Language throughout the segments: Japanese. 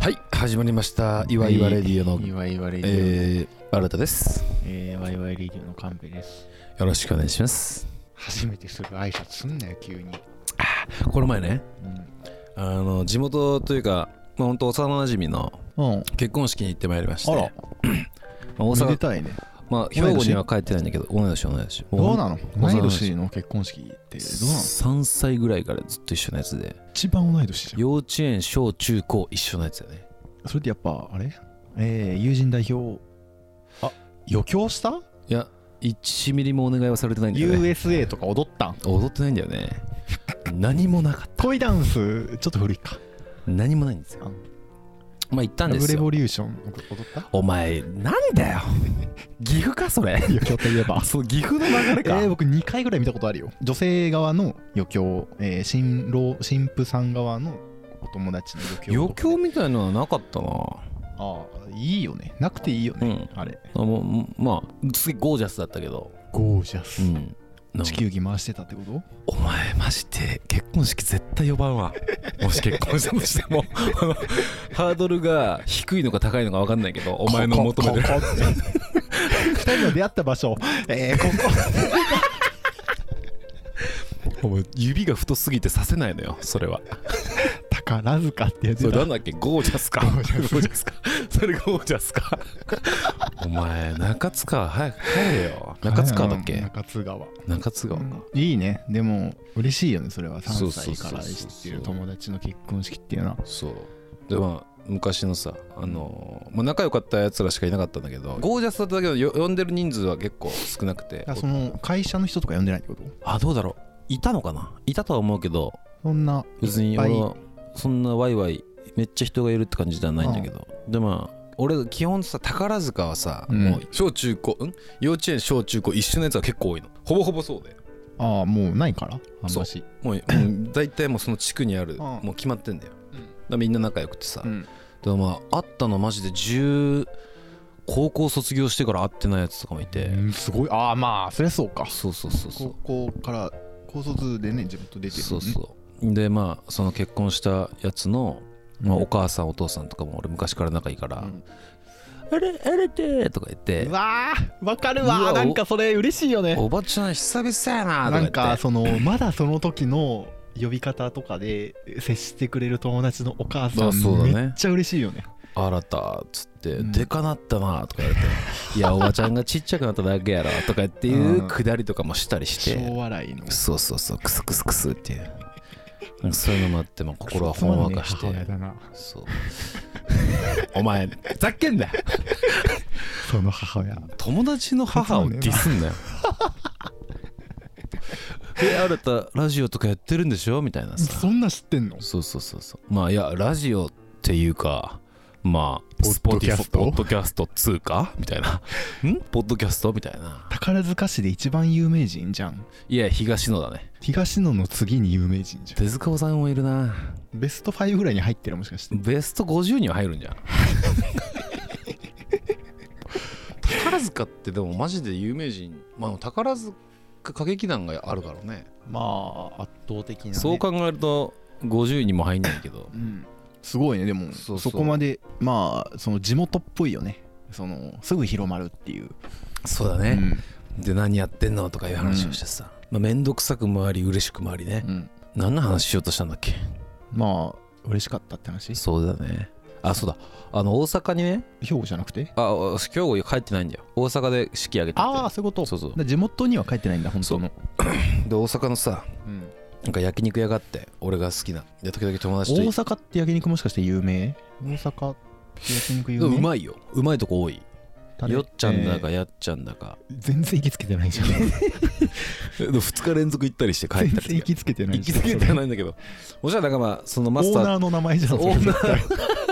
はい始まりました「いわいわレディオの」いわいわレディえー、新田ですオ。えー、わいわいレディオのカンペです。よろしくお願いします初めてする挨拶すんなよ、急に。この前ねうあの地元というかまあ本当幼馴染のん。うん。結婚式に行ってまいりましてあら、まあ大めで阪、たいね。まあ、兵庫には帰ってないんだけど同い年同い年どうなの同同いい年年の結婚式ってどうなの3歳ぐらいからずっと一緒のやつで一番同い年じゃ幼稚園小中高一緒のやつだねん。それってやっぱ、あれえー、友人代表。あ、余興したいや1ミリもお願いはされてないんだよね ?USA とか踊ったん踊ってないんだよね何もなかった恋ダンス、ちょっと古いか。何もないんですよまあ行ったラんでブすレよボリューション踊ったお前なんだよ 岐阜かそれ余興といえば。そう岐阜の流れえー、僕2回ぐらい見たことあるよ女性側の余興、えー、新郎新婦さん側のお友達の余興余興みたいのはなかったなああいいよねなくていいようね、んあれあもうまあすげえゴージャスだったけどゴージャスん地球儀回してたってことお前マジで結婚式絶対呼ばんわ もし結婚したとしてもあのハードルが低いのか高いのか分かんないけどお前の求めてるここここ2人の出会った場所えー、ここ お前指が太すぎてさせないのよそれは宝塚ってやつそれだなんだっけゴージャスかゴージャスゴージャスかそれゴージャスかお前中津川早く帰れよ中津川だっうんけ中津川中津川か、いいねでも嬉しいよねそれはそうそ3うそう歳そうから知ってる友達の結婚式っていうのはそうでまあ昔のさあのーまあ、仲良かったやつらしかいなかったんだけどゴージャスだっただけどよ呼んでる人数は結構少なくてあその会社の人とか呼んでないってことあどうだろういたのかないたとは思うけどそんな別にい俺っぱいはそんなワイワイめっちゃ人がいるって感じではないんだけど、でまあ俺基本さ宝塚はさ、うんもう小中高ん幼稚園小中高一緒のやつは結構多いのほぼほぼそうでああもうないからあんそうましもうもう大体もうその地区にあるんもう決まってんだよ、うんだからみんな仲良くてさ、うんでもまあ会ったのマジで10高校卒業してから会ってないやつとかもいて、うんすごいああまあそりゃそうかそうそうそうそう高校から高卒でね地元出てるそもんうねそうでまあその結婚したやつの、まあ、うんお母さんお父さんとかも俺昔から仲いいから「うんあれあれて」とか言ってうわーわかるうわわおなんかそれ嬉しい「よねおばちゃん久々やな」とかな言っんてかそのまだその時の呼び方とかで接してくれる友達のお母さあんそうだねめっちゃ嬉しいよね「新た」っつって「うんでかなったな」とか言われて「い やおばちゃんがちっちゃくなっただけやろ」とかっていううんくだりとかもしたりして、小笑いのそうそうそうクスクスクスっていうなんかそういうのもあって、まあ、心はほんわかして、つまんねえ母親だなそうお前ふざけんなよその母親友達の母をディスんなよ え新たラジオとかやってるんでしょみたいなさそんな知ってんのそうそうそうそうまあいやラジオっていうかまあポッドキャストポッドキャストつうかみたいなんポッドキャストみたいな宝塚市で一番有名人じゃんいや東野だね東野の次に有名人じゃん手塚さんもいるなベスト5ぐらいに入ってるもしかしてベスト50には入るんじゃん 宝塚ってでもマジで有名人まあ宝塚歌劇団があるからねまあ圧倒的な、ね、そう考えると50位にも入んないけどうん、すごいねでもそそうそうこまでまあその地元っぽいよねそのすぐ広まるっていう、そうだう、んで何やってんのとかいう話をしてさ、まあ、めんどくさくもあり嬉しくもありね、うん何の話しようとしたんだっけまあ嬉しかったって話そうだねあそうだあの大阪にね兵庫じゃなくてああ兵庫帰ってないんだよ大阪で式挙げててああそういうことそうそうだから地元には帰ってないんだ本当ので大阪のさうんなんか焼肉屋があって俺が好きなで時々友大達と行っ阪って焼肉もしかして有名大阪って焼肉有でも名うまいようまいとこ多いタレよっちゃんだかえやっちゃんだかー全然行きつけてないじゃん2日連続行ったりして帰全った然り行きつけてない行きじゃん過ぎてはないんだけどもしかしたらなんかまあそのオマスターーナーの名前じゃんオーナーー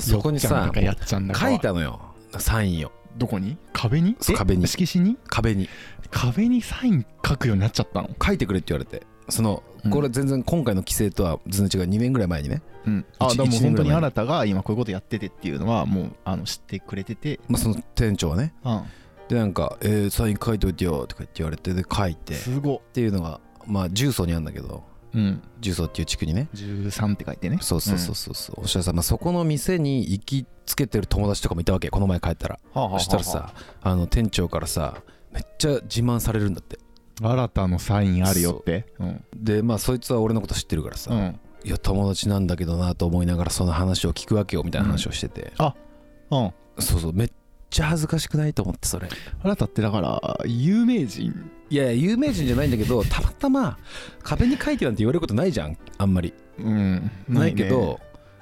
そこにさやっちゃんだか書いたのよサインをどこに壁にそうえ壁に色紙に壁に壁にサイン書くようになっちゃったの書いてくれって言われてそのうんこれ全然今回の規制とは全然違う2年ぐらい前にね、うんあ一でも一年ぐら本当い前に新たが今こういうことやっててっていうのはもうあの知ってくれててまあ、その店長はねうんでなんか、えーサイン書いといてよ」とか言って言われてで書いてっすごていうのがまあ重曹にあるんだけどうん、重曹っていう地区にね13って書いてねそうそうそうそうそう、おっしゃるさん、まあ、そこの店に行きつけてる友達とかもいたわけこの前帰ったらはあはあはあそしたらさあの店長からさめっちゃ自慢されるんだって新たのサインあるよってうんでまあそいつは俺のこと知ってるからさ、うんいや友達なんだけどなと思いながらその話を聞くわけよみたいな話をしてて、うんそうそうめっちゃ恥ずかしくないと思ってそれ新たってだから有名人いやいや有名人じゃないんだけどたまたま壁に書いてなんて言われることないじゃんあんまりうんないけねど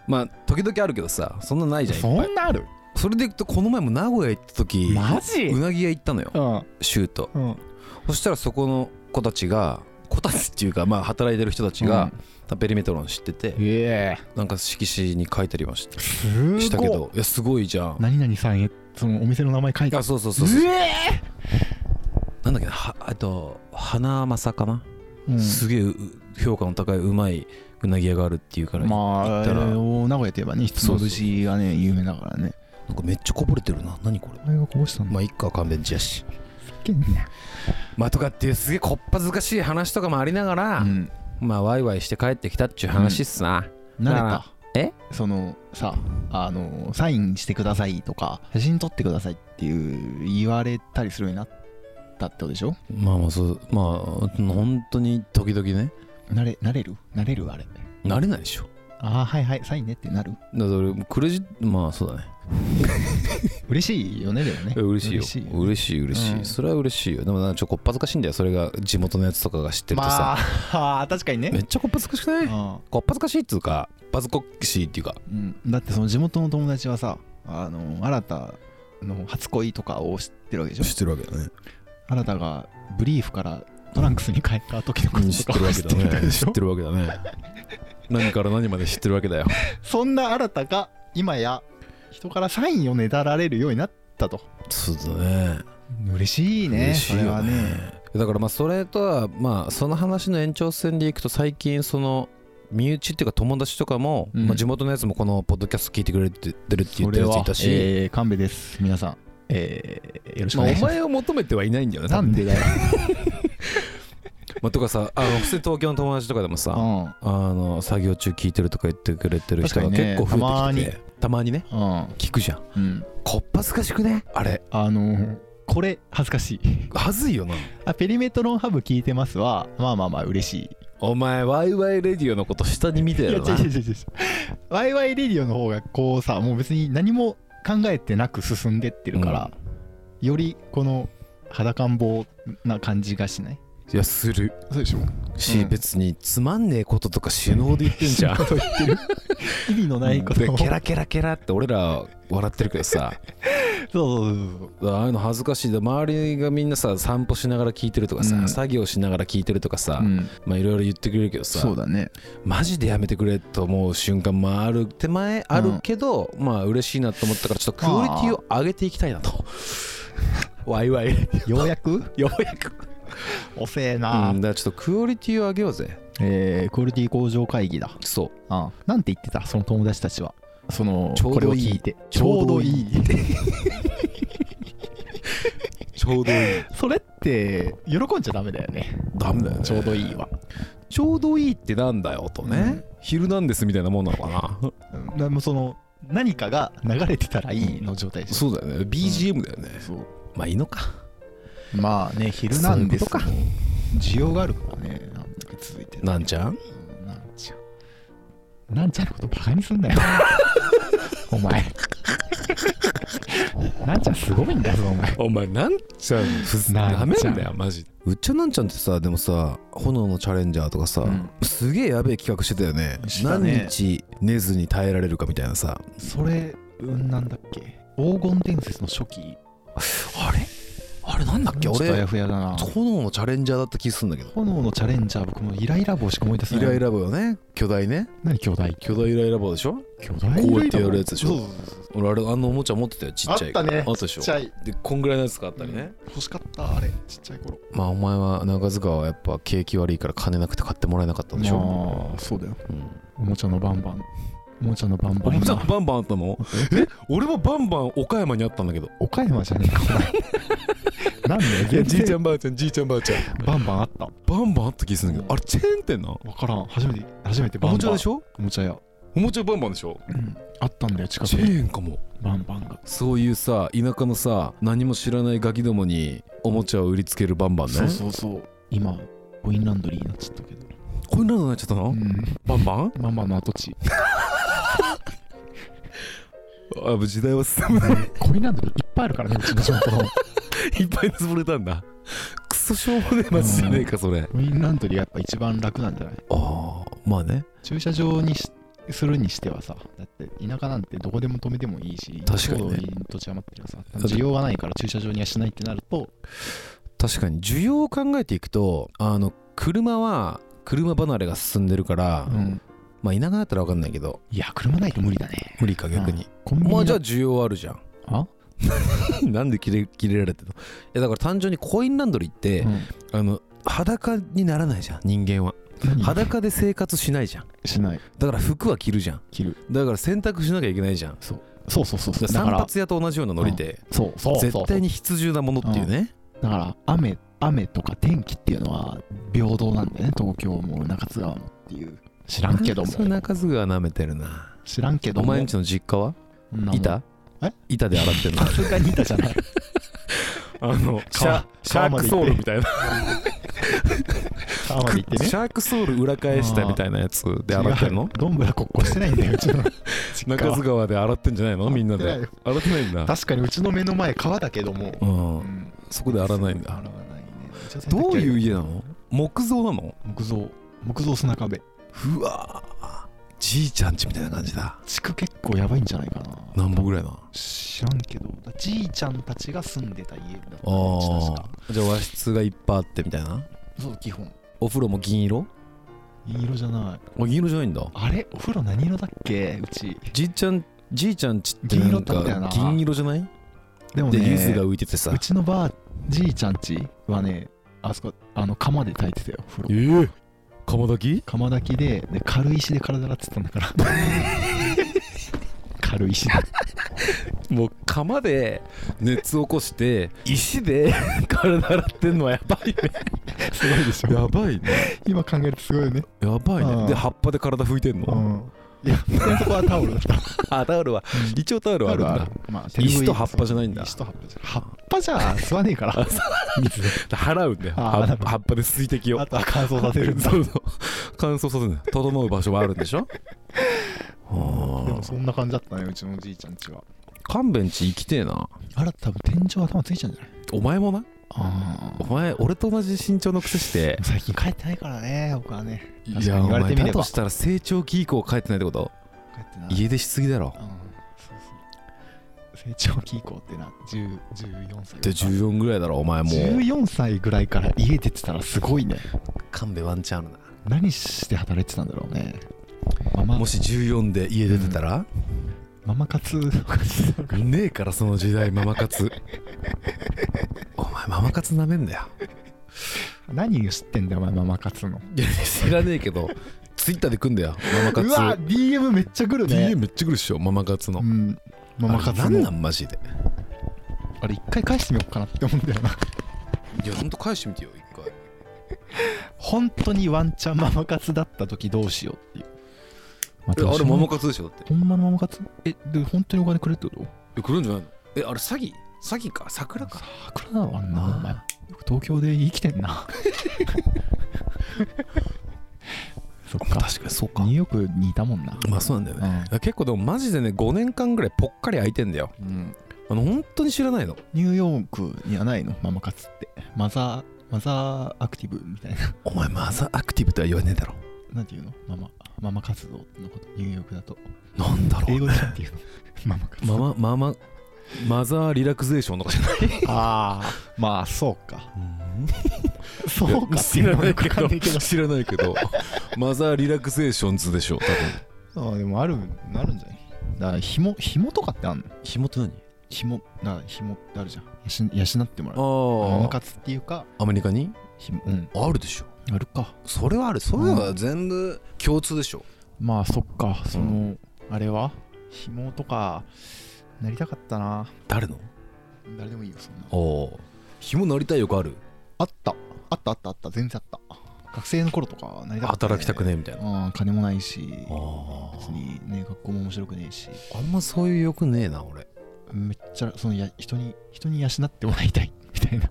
まあ時々あるけどさそんなないじゃんいっぱそいんなあるそれでいくとこの前も名古屋行った時マジうなぎ屋行ったのようんシュートうんそしたらそこの子たちが子たちっていうかまあ働いてる人たちが、ペリメトロン知っててうんえなんか色紙に書いたりましえすたごいしたけどいやすごいじゃん何々さんへそのお店の名前書いてああるそうそうそうそうえなんだっけなはあと花正かな、えすげえう評価の高いうまいうなぎ屋があるっていうから、ま行あ、っえたらーお名古屋といえばね、ひつまぶしがね、有名だからね。なんかめっちゃこぼれてるな何これお前がこぼしたんだまあ一家勘弁地やしっけんな。まあとかっていうすげえこっぱずかしい話とかもありながら、うん。まあワイワイして帰ってきたっちゅう話っすな、慣れだかた。えそのさ、あの、サインしてくださいとか、写真撮ってくださいっていう言われたりするようになったってことでしょまあまあそうまあ本当に時々ね慣れ、慣れる慣れるあれ。慣れないでしょああ、はいはい、サインねってなる。だから俺クレジットまあそうだね嬉しいよね、でもね。 嬉しいよ嬉しいよね嬉しい嬉しい、うんそれは嬉しいよでもなんかちょっとこっぱずかしいんだよそれが地元のやつとかが知ってるとさ、まあ、 確かにめね。っちゃこっぱずかしくないうんこっぱずかしいっつうかバズこっしいっていうかうん、だってその地元の友達はさ、あの、新たの初恋とかを知ってるわけでしょてるわけだね新たがブリーフからトランクスに変えた時のこと知ってとかるわをけ知っだてるわねけでし知ょってるわけだね何から何まで知ってるわけだよそんな新たが今や人からサインをねだられるようになったとそうだね嬉しいね嬉しいそれよはねねだからまあそれとはまあその話の延長線でいくと最近その身内っていうか友達とかも、うんまあ、地元のやつもこのポッドキャスト聞いてくれてるって言そってれるやつはいたし、えー、神戸です皆さんえー、よろしくおまあ願い、おします、前を求めてはいないんだよね なんでだよ、まあ、とかさあの普通に東京の友達とかでもさ、うんあの作業中聞いてるとか言ってくれてる人が確かにね結構増えてきてて、たまにねうん聞くじゃんうん、こっぱずかしくねあれあのーこれ恥ずかしい はずいよなあペリメトロンハブ聞いてますはまあまあまあ嬉しいお前ワイワイレディオのこと下に見ているやよな違う違う違う違うワイワイレディオの方がこうさもう別に何も考えてなく進んでってるから、よりこの裸ん坊な感じがしないいやするそうでしょし、うん別につまんねえこととか死ぬほど言ってんじ ゃん言ってる意味のないことをでそうケラケラケラって俺ら笑ってるけどさ そうそうそうああいうの恥ずかしいで周りがみんなさ散歩しながら聞いてるとかさ、うん作業しながら聞いてるとかさ、うんまあいろいろ言ってくれるけどさそうだねマジでやめてくれと思う瞬間もある手前あるけど、まあ嬉しいなと思ったからちょっとクオリティを上げていきたいな とワイワイようやくようやく遅えな、うんだからちょっとクオリティを上げようぜえークオリティ向上会議だそうあなんて言ってたその友達たちはそのちょうどいいこれを聞いてちょうどいいちょうどいい ちょうどいいそれって喜んじゃダメだよねダメだよねちょうどいいわちょうどいいってなんだよとね、うんヒルナンデスみたいなもんなのかななもうその何かが流れてたらいいの状態でしょ そうだよね BGM だよね、そうまあいいのかまあね「ヒルナンデス」か需要があるからねなんだか続いてなんちゃんうんなんちゃんなんちゃんのことバカにすんなよお前なんちゃんすごいんだぞお前お前なんちゃんふざななんめちゃんんだよマジでうっちゃなんちゃんってさでもさ「炎のチャレンジャー」とかさ、うんすげえやべえ企画してたよねしたね何日寝ずに耐えられるかみたいなさそれうんなんだっけ黄金伝説の初期あれあれなんだっけちょっとあ俺やふやだな炎のチャレンジャーだった気するんだけど炎のチャレンジャー僕もイライラ棒しか思い出せイないライラ棒よね巨大ね何巨大巨大イライラ棒でしょ巨大こうやってやるやつでしょそうそうそうそう俺あれあのおもちゃ持ってたよちっちゃいあったねあったでしちょっちゃいでこんぐらいのやつがあったりね、欲しかったあれちっちゃい頃まあお前は中塚はやっぱ景気悪いから金なくて買ってもらえなかったんでしょ、まあそうだようん、おもちゃのバンバンおもちゃのバンおバンもちゃバンバンあったのえ俺もバンバン岡山にあったんだけど 岡山じゃねえかお前なんだよいや全じいちゃ然んばあちゃんじいちゃんばあちゃんバンバンあったバンバンあった気するんだけどあれチェーン店なわからん初めて初めておバンバンもちゃでしょおもちゃ屋、おもちゃバンバンでしょうん、あったんだよ近くチェにーンかもバンバンがそういうさ田舎のさ何も知らないガキどもにおもちゃを売りつけるバンバンねそうそうそう今コインランドリーになっちゃったけど、こういうのになっちゃったの、ん、バンバンバンバンの跡 地あ時代は進むコインランドリーいっぱいあるからねうちの地元いのっぱい潰れたんだクソしょうもねえ街じゃねえかそれあコインランドリーがやっぱ一番楽なんじゃないあまあね駐車場にしするにしてはさだって田舎なんてどこでも止めてもいいし確かにね一方土地余ってるさ需要がないから駐車場にはしないってなると確かに需要を考えていくとあの車は車離れが進んでるから、うんまあ田舎だったら分かんないけどいや車ないと無理だね無理か逆に、コンビニまあだじゃあ需要あるじゃんあなんで切れ切れられてるのいやだから単純にコインランドリーって、うんあの裸にならないじゃん人間は何裸で生活しないじゃんしないだから服は着るじゃん着るだから洗濯しなきゃいけないじゃんそうそうそうそうだ散から髪屋と同じようなノリで、そうそうそう絶対に必需なものっていうね、だから雨雨とか天気っていうのは平等なんだよね東京も中津川もっていう知らんけどもそれ中津川舐めてるな知らんけどおも前んちの実家はそんなもん板え板で洗ってんの さすがに板じゃ ないあのシャシャー川まクで行ってソールみたいな、川まで行って ねシャークソール裏返したみたいなやつで洗ってんの違うどんぶらこっこしてないんだようちの実家中は津川で洗ってんじゃないの みんなで洗ってないよ洗ってないんだ確かにうちの目の前川だけども、うんそこで洗わないんだ洗わないねどういうう家なの木造なの木造木造砂壁うわーじいちゃんちみたいな感じだ築結構やばいんじゃないかな何本ぐらいなあ知らんけどじいちゃんたちが住んでた家だったあーじゃあ和室がいっぱいあってみたいなそう基本お風呂も銀色銀色じゃないあ銀色じゃないんだあれお風呂何色だっけうちじいちゃんじいちゃんちってなん銀色ってことだよかな銀色じゃないでもでね柚子が浮いててさうちのばあじいちゃんちはねあそこあの釜で炊いてたよ風呂ええ釜炊き釜炊きでで軽石で体洗ってたんだ から軽石でもう釜で熱起こして石で 体洗ってんのはやばいねすごいでしょばいね今考えるとすごいよねやばいうんねで葉っぱで体拭いてんのんいやそこはタオルだったあタオルは一応タオルはあるんだまあ石と葉っぱじゃないんだ石と葉っぱじゃ葉っぱじゃ吸わねえから 水で払うんだよあー葉っぱ葉っぱで水滴をあとは乾燥させるんだそうそう乾燥させるんだよ整う場所はあるんでしょはで あもそんな感じだったねうちのおじいちゃんちは勘弁ち生きてえなあら多分天井頭ついちゃうんじゃないお前もなあお前俺と同じ身長のくせして最近帰ってないからね僕はねい確かやにお言われて前みだればとしたら成長期以降帰ってないってこと帰ってない家出しすぎだろうんそうそう成長期以降ってな10 14歳で14ぐらいだろお前もう14歳ぐらいから家出てたらすごいね勘弁ワンチャンある何して働いてたんだろうねマなマもし14で家出てたら、ママ活とかしてたのかねえからその時代ママ 活お前ママ活なめんだよ何知ってんだよお前ママ活のいや知らねえけどツイッターで来んだよママ活うわ DM めっちゃ来る DM ねめっちゃ来るっしょママ活のうんママ活あれなんなのんマジであれ一回返してみようかなって思うんだよないやほんと返してみてよ一回本当にワンチャンママ活だった時どうしようっていう、まえあれママも活でしょだってほんまのママ活えで本当にお金くれってことえ来るんじゃないのえあれ詐欺詐欺か桜か桜なのあんなあーお前よく東京で生きて んなそっか確かにそうかニューヨークにいたもんなまあそうなんだよねいや結構でもマジでね5年間ぐらいぽっかり空いてんだようんうんあの本当に知らないのニューヨークにはないのママ活ってマザーマザーアクティブみたいな お前マザーアクティブとは言わねえだろなんていうのママママ活動のことニューヨークだとなんだろ英う語でなん ていうのママ活動マママママザーリラクゼーションとかじゃないああまあそうかそいやうかって知いうらのはなよいくわかんなけいけどど知らないけどマザーリラクゼーションズでしょ多分ああでもあるあるんじゃないだから紐紐とかってあんの紐って何紐だから紐ってあるじゃん養し養ってもらうママあ活っていうかあアメリカに紐うんあるでしょあるかそれはあるそれは全部共通でしょまあそっかその、あれは紐とかなりたかったな誰の誰でもいいよそんなおお紐なりたい欲あるあったあったあったあった全然あった学生の頃とかなりたかったね働きたくねえみたいなうん金もないしあ別にね学校も面白くねえしあんまそういう欲ねえな俺めっちゃそのや人に人に養ってもらいたいみたいな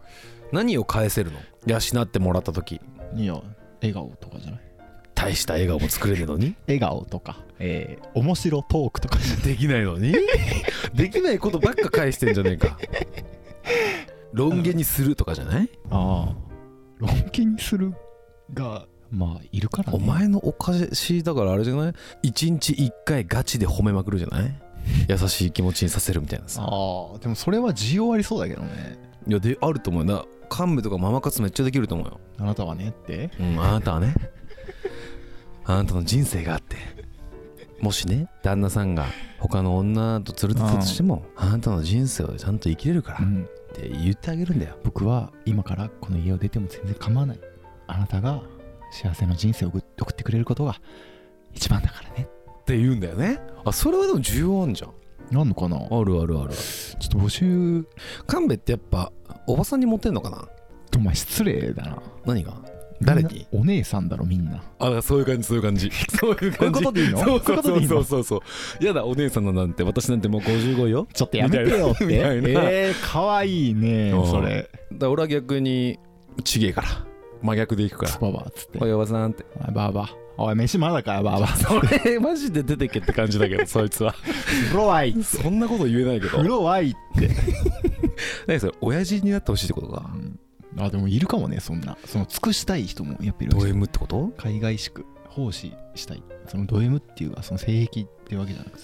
何を返せるの養ってもらった時いや笑顔とかじゃない大した笑顔も作れるのに笑顔とかえー、面白トークとか できないのに できないことばっか返してんじゃねえか論言にするとかじゃないああ論議にするがまあいるからねお前のおかしいだからあれじゃない一日一回ガチで褒めまくるじゃない優しい気持ちにさせるみたいなさああでもそれは需要ありそうだけどねいやであると思うよな幹部とかママ活めっちゃできると思うよ、あなたはねってうん、あなたはねあなたの人生があってもしね旦那さんが他の女と連れてたとしてもあなたの人生をちゃんと生きれるからんって言ってあげるんだよ僕は今からこの家を出ても全然構わないあなたが幸せな人生を送送ってくれることが一番だからねって言うんだよねあそれはでも重要あんじゃんなんのかなちょあるあるあるっと募集神戸ってやっぱおばさんにモテんのかなお前失礼だな何が誰にみんなお姉さんだろみんなあそういう感じそういう感じ そういうこういうことでいいのそうこうそいううことそでいういそうのそうそうやだお姉さんのなんて私なんてもう55よちょっとやめてよってみたいなみたいなえー、かわいいねうんそれだから俺は逆にちげえから真逆でいくからババっつって おいおばさんっておいババおい飯まだかよババ それマジで出てけって感じだけどそいつ は風呂はいそんなこと言えないけど風呂はい何それ親父になってほしいってことかあでもいるかもねそんなその尽くしたい人もやっぱいるらしいド M ってこと海外しく奉仕したいそのド M っていうかその性癖っていうわけじゃなくて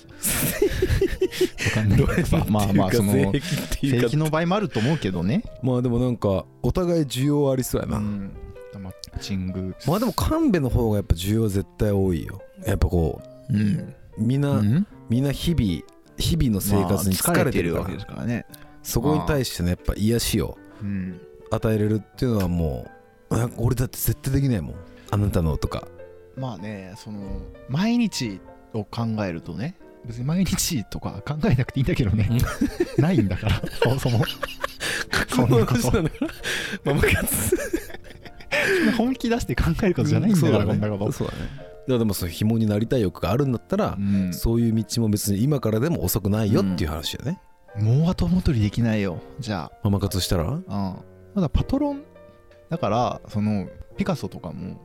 さわかんないけどさまあまあその性性癖っていうか癖の場合もあると思うけどね、まあでもなんかお互い需要ありそうやな、うん、マッチングまあでも神戸の方がやっぱ需要絶対多いよやっぱこうん、うみんな、うんみんな日々日々の生活に疲れてるまかあら、疲ですからね、そこに対してねやっぱ癒しをうん、与えれるっていうのはもうあ俺だって絶対できないもんあなたのとかまあねその毎日を考えるとね別に毎日とか考えなくていいんだけどねないんだ からそもそもそんなことんだからママ活本気出して考えることじゃないんだからこんなこと、そうだねいやでもその紐になりたい欲があるんだったら、んそういう道も別に今からでも遅くないよっていう話だよね、もう後戻りできないよじゃあママ活したらああただパトロンだからそのピカソとかも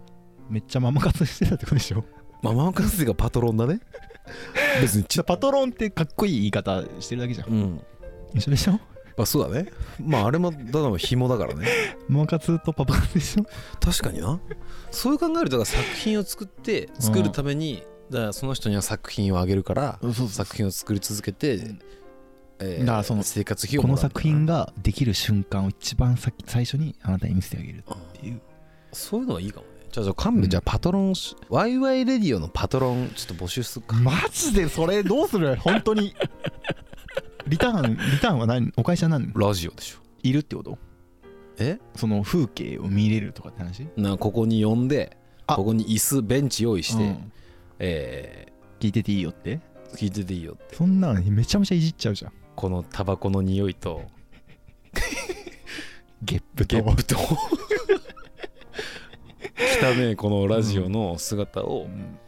めっちゃママ活してたってことでしょまあママ活がパトロンだ ね別にちパトロンってかっこいい言い方してるだけじゃんうん一緒でしょまあそうだねまああれもただの紐だからねママ活とパパ活でしょ確かになそう考えるとだから作品を作って作るために、だからその人には作品をあげるからそうそう作品を作り続けて、んえだからその生活費をこものらう作品ができる瞬間を一番さ最初にあなたに見せてあげるっていうそういうのはいいかもねじゃあじゃあ神う戸んじゃあパトロンしワイワイレディオのパトロンちょっと募集するかマジでそれどうす る本当にリターンリターンは何お会社何ラジオでしょいるってことえその風景を見れるとかって話なここに呼んであここに椅子ベンチ用意して、うんえ聞いてていいよってー聞いてていいよってそんなのめちゃめちゃいじっちゃうじゃんこのタバコの匂いとゲップゲップと汚ねえこのラジオの姿を、うん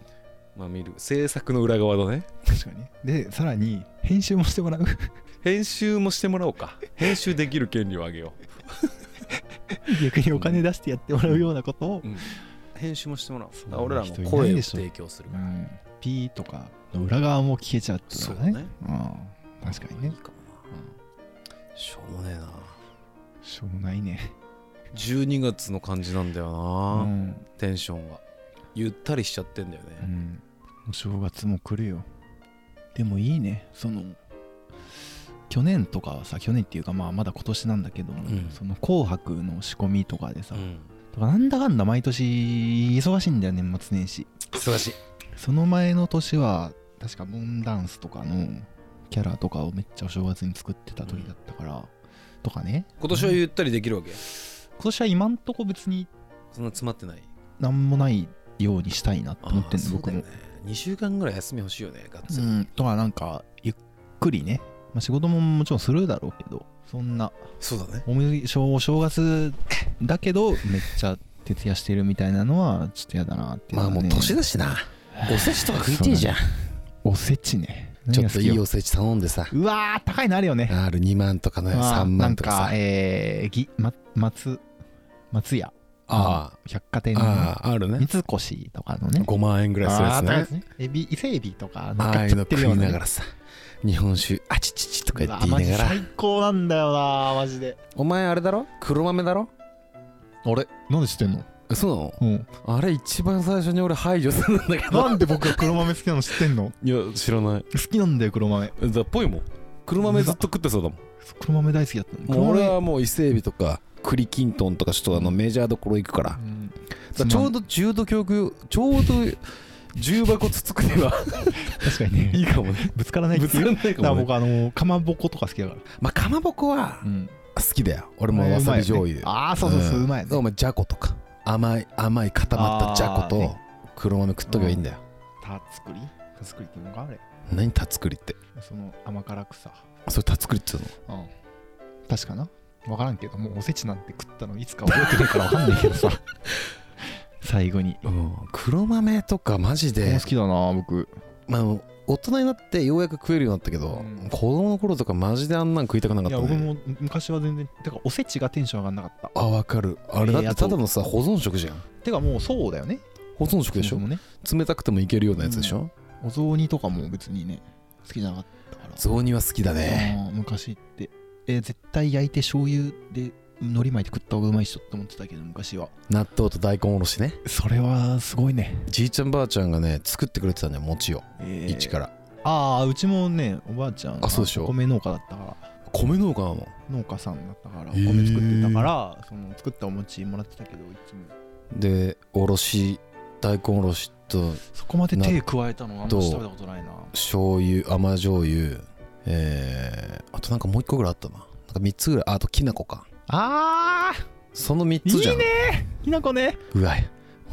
まあ、見る制作の裏側だね確かにでさらに編集もしてもらう編集もしてもらおうか編集できる権利をあげよう 逆にお金出してやってもらうようなことを、編集もしてもらおうそんだなから俺らも人いな声いをでしょ提供するうん、P とかの裏側も消えちゃうってことだねそうねうん、確かにいいねかもなしょうもねえなしょうもないね、 12月の感じなんだような、んテンションがゆったりしちゃってんだようね、ん、お正月も来るよでもいいねその去年とかはさ去年っていうかまあまだ今年なんだけども、うんその「紅白」の仕込みとかでさ、うんとかなんだかんだ毎年忙しいんだよ年末年始忙しいその前の年は確かモンダンスとかのキャラとかをめっちゃお正月に作ってた時だったから、とかね今年はゆったりできるわけ、今年は今んとこ別にそんな詰まってない何もないようにしたいなと思ってんのそう僕だよもね2週間ぐらい休み欲しいよねがっつうり、んとかなんかゆっくりね、まあ、仕事ももちろんするだろうけどそんなそうだねおみ正お正月だけどめっちゃ徹夜してるみたいなのはちょっとやだなっていうまのあはもね、う年だしなおせちとか食いてえじゃんおせちねちょっといい何が好おせち頼んでさきようわー高いのあるよねある2万とかねまあ3万とかなんさかえー、ぎま松松屋あ百貨店あのああある三ね越とかのね5万円ぐらいするあー高いやでつすねねエビ伊勢エビとかなあんあかいう食のってる食よいうなながねらさ日本酒あちちちとかう言っわて言いながマジら最高なんだよなマジでお前あれだろ黒豆だろ俺なんで知ってんのえそうなのうんあれ一番最初に俺排除するんだけ どなんで僕が黒豆好きなの知ってんのいや知らない好きなんだよ黒豆だっぽいもん黒豆ずっと食ってそうだもん黒豆大好きだったのもう黒俺豆はもう伊勢海老とか栗きんとんとかちょっとあのメジャーどころ行くからだかうんらちょうど重度教育ちょうど重箱つつくには確かにね いいかもねぶつ からないってぶついうかんないだかからもね僕あのかまぼことか好きだからまあかまぼこはうん好きだよ俺もわさび醤油ああそうそうそううまいねお前じゃことか甘い甘い固まったじゃこと黒豆食っとけばいいんだよたつくりたつくりっていうのかあれ何たつくりってその甘辛くさそれたつくりっつうのうん確かな分からんけどもうおせちなんて食ったのいつか覚えてないから分かんないけ どさ最後にうん黒豆とかマジで好きだな僕まあ大人になってようやく食えるようになったけど、うん子供の頃とかマジであんなん食いたくなかっいた、やね、僕も昔は全然てかおせちがテンション上がんなかったあわかるあえれーだってあとただのさ保存食じゃんてかもうそうだよね保存食でしそょもそもね冷たくてもいけるようなやつでしょ、お雑煮とかも別にね好きじゃなかったから雑煮は好きだねあー昔ってえー絶対焼いて醤油で海苔巻いて食った方がうまいっしょって思ってたけど昔は納豆と大根おろしねそれはすごいね、じいちゃんばあちゃんがね作ってくれてたんだよ餅をえ一からああうちもねおばあちゃんがあそうでしょ米農家だったから米農家なの農家さんだったからおへー米作ってたから、その作ったお餅もらってたけどいつもでおろし大根おろしとそこまで手加えたのあんまどうし食べたことないな醤油甘醤油えー、あとなんかもう一個ぐらいあったななんか3つぐらいああときな粉かあその3つじゃんいいーきなこねうわ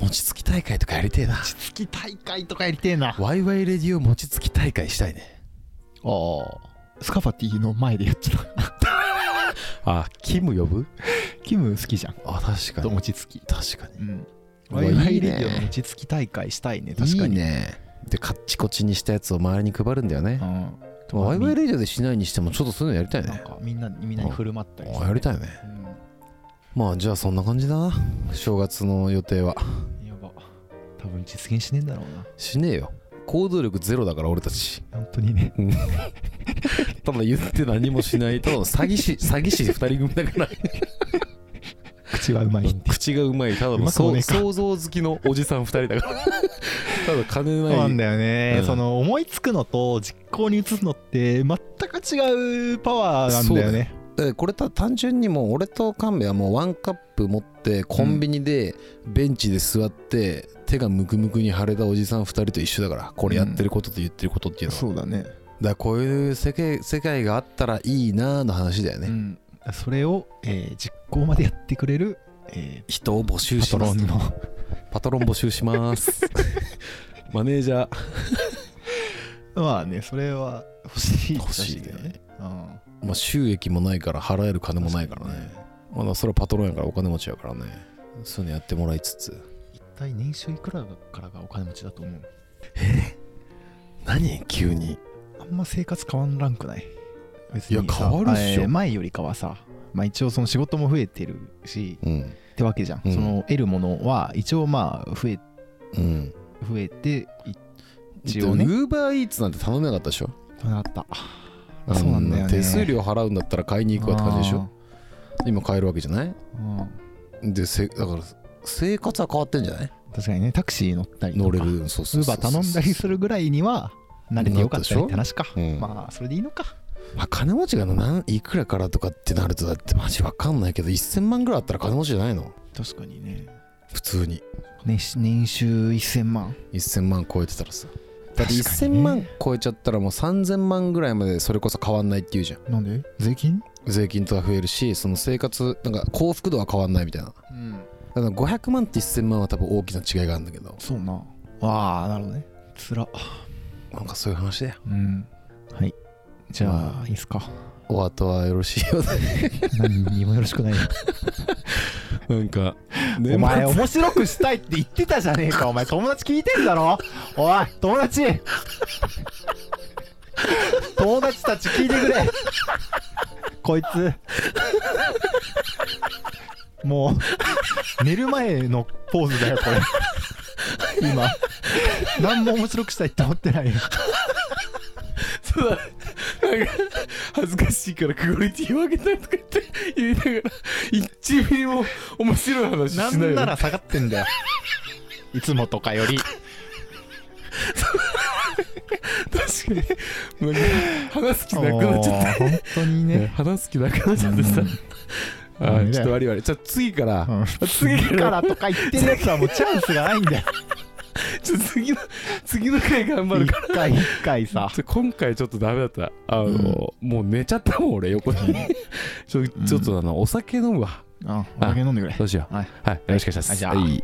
餅つき大会とかやりてえな餅つき大会とかやりてえなあワイワイレディオ餅つき大会したいねあスカパティの前で言っちゃったあキム呼ぶキム好きじゃんあ確かとに餅つき確かにうんうワわイワいイいねレディオの餅つき大会したいね確確かかににねでカッチコチにしたやつを周りに配るんだよねう、んまあワイワイレディオでしないにしてもちょっとそういうのやりたいなんねかみんなみんなに振る舞ったりあやりたいねうんまあじゃあそんな感じだな正月の予定はやば多分実現しねえんだろうなしねえよ行動力ゼロだから俺たち 本当に ねただ言って何もしないと詐欺師詐欺師2人組だ から口はうまい口がうまいただうのまくもね想えか想像好きのおじさん2人だから ただ金そうななんいだよね、うんその思いつくのと実行に移すのって全く違うパワーなんだよねえこれた単純にもう俺と神戸はもうワンカップ持ってコンビニでベンチで座って、手がムクムクに腫れたおじさん2人と一緒だからこれやってることと言ってることっていうのは、そうだねだからこういう世界世界があったらいいなーの話だよね、うん、それを、えー実行までやってくれる、え人を募集ー、パしトまロすンのパトロン募集します マネージャーまあねそれは欲しい欲しいねだうんまあ収益もないから払える金もないからね確かまだそれはパトロンやからお金持ちやからねそういうのやってもらいつつにね一体年収いくらからがお金持ちだと思う何急にあんま生活変わらんくない別いや変わるっしょえー前よりかはさまあ一応その仕事も増えてるしうんってわけじゃん、うんその得るものは一応まあ増えうん増えていっ一応ねウーバーイーツなんて頼めなかったでしょなったそうなんだよねあ手数料払うんだったら買いに行くわって感じでしょ今買えるわけじゃないうんうんでせだから生活は変わってんじゃない確かにねタクシー乗ったりと乗かれるそうスそうーそうバー頼んだりするぐらいには慣れてよかったねって話か、うんまあそれでいいのかまあ、金持ちが何いくらからとかってなるとだってマジわかんないけど1000万ぐらいあったら金持ちじゃないの確かにね普通に年年収1000万1000万超えてたらさだって確か1000にね万超えちゃったらもう3000万ぐらいまでそれこそ変わんないっていうじゃんなんで税金税金とか増えるしその生活なんか幸福度は変わんないみたいなうんだから500万と1000万は多分大きな違いがあるんだけどそうなああなるほどねつらなんかそういう話だようんはいじゃあ、まいいっすかお後はよろしいようで何にもよろしく ないよ なんかお年前末面白くしたいって言ってたじゃねえ かお前友達聞いてんだろおい友達友達たち聞いてくれこいつもう寝る前のポーズだよこれ今何も面白くしたいって思ってないよそうだなんか恥ずかしいからクオリティを上げたいとか言って言いながら一ミリも面白い話しないなよんなら下がってんだよいつもとかより確かになんか話す気なくもうなっちゃっ本当にて、ね、ね話す気なくなっちゃってさ、 うんあうーんちょっと割り割りじゃあ次から、うん次だかかららとか言ってるやつはもうチャンスがないん だよ ちょっと次の次の回頑張る一か回一回さらちょ今回ちょっとダメだったあの、もう寝ちゃったもん俺 横にちょちょっとあのお酒飲むわあお酒飲んでくれどうしようはいはい、よろしくお願いしますはいじゃあはい